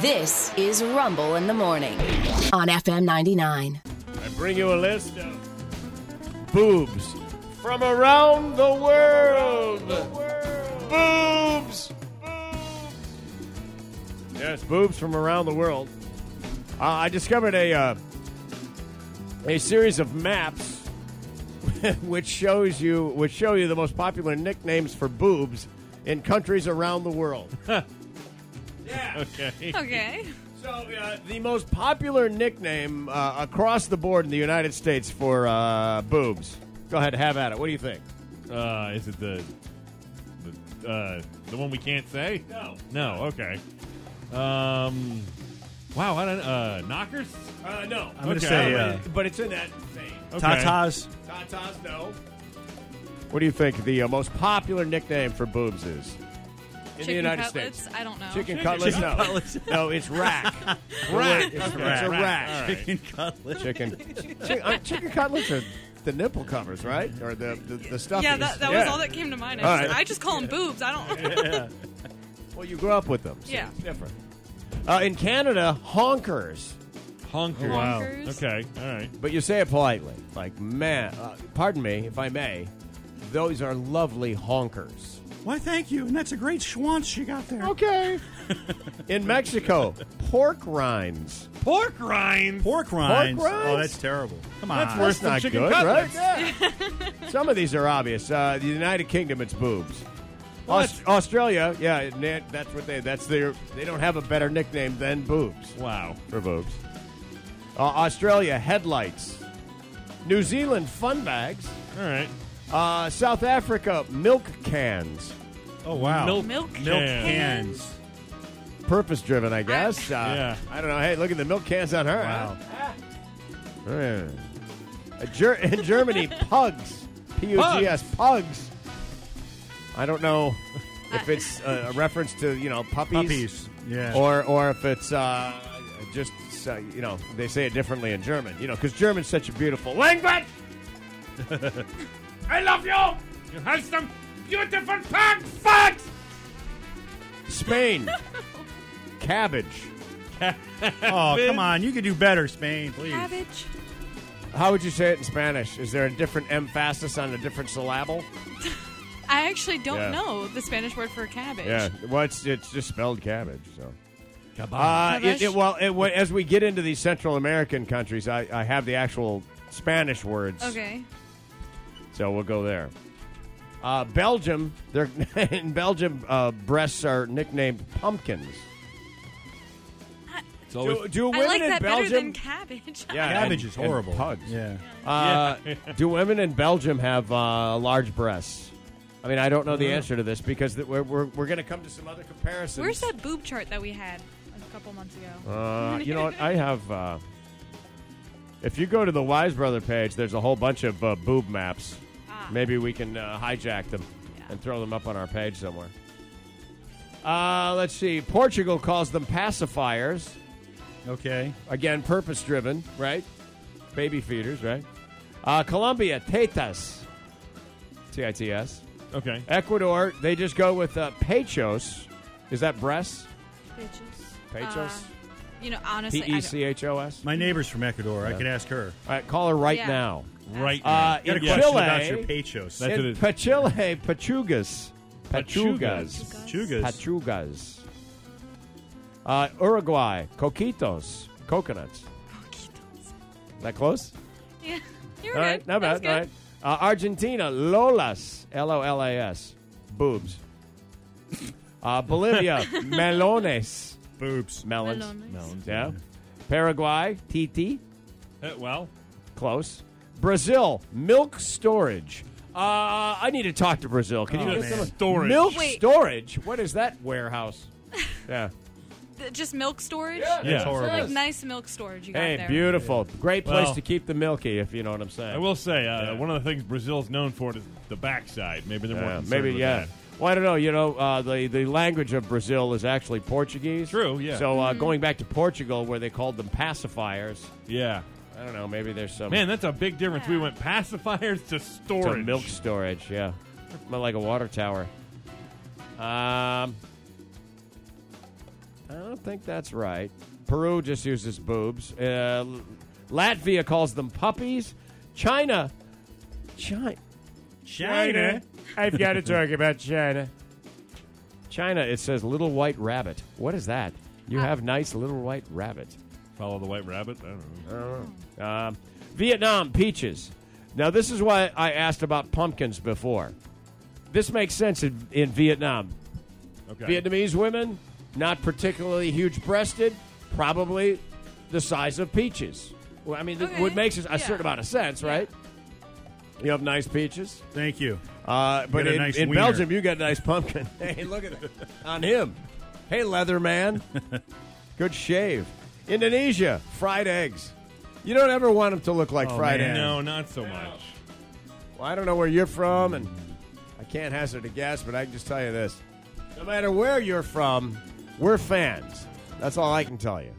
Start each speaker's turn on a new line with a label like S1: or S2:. S1: This is Rumble in the Morning on FM 99.
S2: I bring you a list of boobs from around the world. Boobs. Yes, boobs from around the world. Uh, I discovered a uh, a series of maps which shows you which show you the most popular nicknames for boobs in countries around the world.
S3: Okay.
S4: Okay.
S2: So, uh, the most popular nickname uh, across the board in the United States for uh, boobs. Go ahead, have at it. What do you think?
S3: Uh, is it the the, uh, the one we can't say?
S2: No.
S3: No. Okay. Um. Wow. I don't. Uh, knockers.
S2: Uh, no.
S5: I'm gonna say, uh,
S2: but it's in that vein.
S3: Okay.
S5: Tatas.
S2: Tatas, no. What do you think the uh, most popular nickname for boobs is? In the
S4: Chicken
S2: United
S4: cutlets?
S2: States.
S4: I don't know.
S2: Chicken cutlets, no.
S5: cutlets.
S2: no, it's rack. rack. It's, it's
S3: rack.
S2: a rack.
S3: All right.
S5: Chicken cutlet.
S2: Chicken. Chick- uh, chicken cutlets are the nipple covers, right? Or the, the, the stuff.
S4: yeah, that, that was all that came to mind. I
S2: All
S4: just,
S2: right.
S4: I just call them boobs. I don't.
S2: Well, you grew up with them. so
S4: Yeah.
S2: It's different. Uh, in Canada, honkers,
S3: Honkers.
S4: Wow. Honkers.
S3: Okay. All right.
S2: but you say it politely. Like, man, uh, pardon me if I may, those are lovely honkers.
S5: Why, thank you. And that's a great schwanz you got there.
S2: Okay. in Mexico, pork rinds.
S3: Pork rinds.
S5: Pork rinds. Oh,
S2: rinds?
S5: that's terrible. Come on.
S3: That's worse
S2: That's not
S3: than Ah. chicken
S2: good,
S3: cutlets.
S2: right? Yeah. Some of these are obvious. Uh, the United Kingdom, it's boobs.
S3: What?
S2: Aus- Australia, yeah, na- that's what they. That's their. They don't have a better nickname than boobs.
S3: Wow.
S2: for boobs. Uh, Australia headlights. New Zealand fun bags.
S3: All right.
S2: Uh, South Africa milk cans.
S5: Oh, wow.
S3: Milk.
S4: Milk
S5: Milk
S3: cans.
S5: cans.
S2: Purpose driven, I guess. Uh,
S3: Yeah.
S2: I don't know. Hey, look at the milk cans on her.
S5: Wow.
S2: huh? Mm. Uh, Ger- in Germany, pugs. P U G S. Pugs. I don't know if it's uh, a reference to you know puppies,
S5: Puppies. Yeah.
S2: or or if it's uh, just uh, you know they say it differently in German. You know, because German's such a beautiful language.
S3: I love you. You have some beautiful pork foot.
S2: Spain. Cabbage.
S5: oh, come on. You can do better, Spain, please.
S4: cabbage.
S2: How would you say it in Spanish? Is there a different emphasis on a different syllable?
S4: I actually don't
S2: Yeah.
S4: know the Spanish word for cabbage.
S2: Well, it's, it's just spelled cabbage, so. Uh,
S4: Cabbage.
S2: it, it- well, it, well, as we get into these Central American countries, I, I have the actual Spanish words.
S4: Okay.
S2: So we'll go there. Uh, Belgium, they're, in Belgium, uh, breasts are nicknamed pumpkins.
S3: It's always
S2: do, do
S4: I
S2: women
S4: like
S2: in
S4: that
S2: Belgium?
S4: better than cabbage.
S2: Yeah,
S5: Cabbage
S2: and-
S5: is horrible.
S2: and pugs.
S5: Yeah.
S2: Uh,
S3: Yeah.
S2: do women in Belgium have uh, large breasts? I mean, I don't know the
S4: Uh-huh.
S2: answer to this because th- we're, we're, we're going to come to some other comparisons.
S4: Where's that boob chart that we had a couple months ago?
S2: Uh, you know what? I have. Uh, if you go to the Wise Brother page, there's a whole bunch of uh, boob maps.
S4: Ah.
S2: Maybe we can uh, hijack them and throw them up on our page somewhere. Uh, let's see. Portugal calls them pacifiers.
S5: Okay.
S2: Again, purpose driven, right? Baby feeders, right? Uh, Colombia, tetas. T I T S.
S3: okay.
S2: Ecuador, they just go with uh, pechos. Is that breasts? Pechos?
S4: Uh, You know, honestly,
S2: P
S4: I
S2: E
S4: don't-
S2: C H O S?
S5: My neighbor's from Ecuador. I could ask her.
S2: All right, call her right
S4: Yeah.
S2: now.
S3: Right.
S2: Uh,
S3: now.
S5: Got a
S2: Yeah.
S5: question about
S2: Chile.
S5: your pechos.
S3: That's what
S2: In
S3: it is.
S2: Pachile, Pachugas. Pachugas.
S3: Pachugas.
S5: Chugas.
S2: Pachugas. Uh, Uruguay, Coquitos. Coconuts.
S4: Coquitos.
S2: That close?
S4: Yeah, you're
S2: All right,
S4: good.
S2: not
S4: That was
S2: bad. All right.
S4: good.
S2: Uh, Argentina, Lolas, L O L A S, boobs. Uh, Bolivia, melones,
S5: Boobs.
S2: melons.
S4: Melones.
S3: Melons,
S2: Yeah. Paraguay, titi,
S3: Uh, well.
S2: close. Brazil, milk storage. Uh, I need to talk to Brazil. Can you
S5: Oh,
S2: get
S5: man.
S2: someone-
S3: Storage.
S2: Milk
S4: Wait.
S2: storage. What is that warehouse? yeah.
S4: Th- Just milk storage.
S3: Yeah.
S5: That's horrible.
S4: Like nice milk storage you got
S2: Hey,
S4: there.
S2: beautiful. Great place
S3: Well-
S2: to keep the milky, if you know what I'm saying.
S3: I will say, uh,
S2: Yeah.
S3: one of the things Brazil's known for is the backside. Maybe they're more
S2: Yeah,
S3: concerned
S2: Uh, maybe
S3: with
S2: yeah.
S3: that.
S2: Well, I don't know. You know, uh, the the language of Brazil is actually Portuguese.
S3: True, yeah.
S2: So uh, going back to Portugal, where they called them pacifiers,
S3: Yeah.
S2: I don't know. Maybe there's some
S3: Man, that's a big difference. We
S4: Yeah.
S3: went pacifiers to
S2: to
S3: storage.
S2: milk storage. Yeah, More like a water tower. Um, I I don't think that's right. Peru just uses boobs. Uh, Latvia calls them puppies. China, China,
S5: China.
S2: I've got to talk about China. China. It says little white rabbit. What is that? You have nice little white rabbit.
S3: Follow the white rabbit. I don't know.
S2: Um, Vietnam peaches. Now this is why I asked about pumpkins before. This makes sense in, in Vietnam.
S3: Okay.
S2: Uh, Vietnamese women, not particularly huge breasted, probably the size of peaches. Well, I mean, th-
S4: Okay.
S2: what makes a
S4: Yeah.
S2: certain amount of sense, right? You have nice peaches.
S5: Thank you.
S2: Uh, but
S5: got a
S2: in,
S5: nice
S2: in
S5: wiener.
S2: Belgium, you got a nice pumpkin. hey, look at it. On him. Hey, leather man. Good shave. Indonesia, fried eggs. You don't ever want them to look like
S5: Oh,
S2: fried
S5: man.
S2: eggs.
S3: No, not so much.
S2: Well, I don't know where you're from, and I can't hazard a guess, but I can just tell you this. No matter where you're from, we're fans. That's all I can tell you.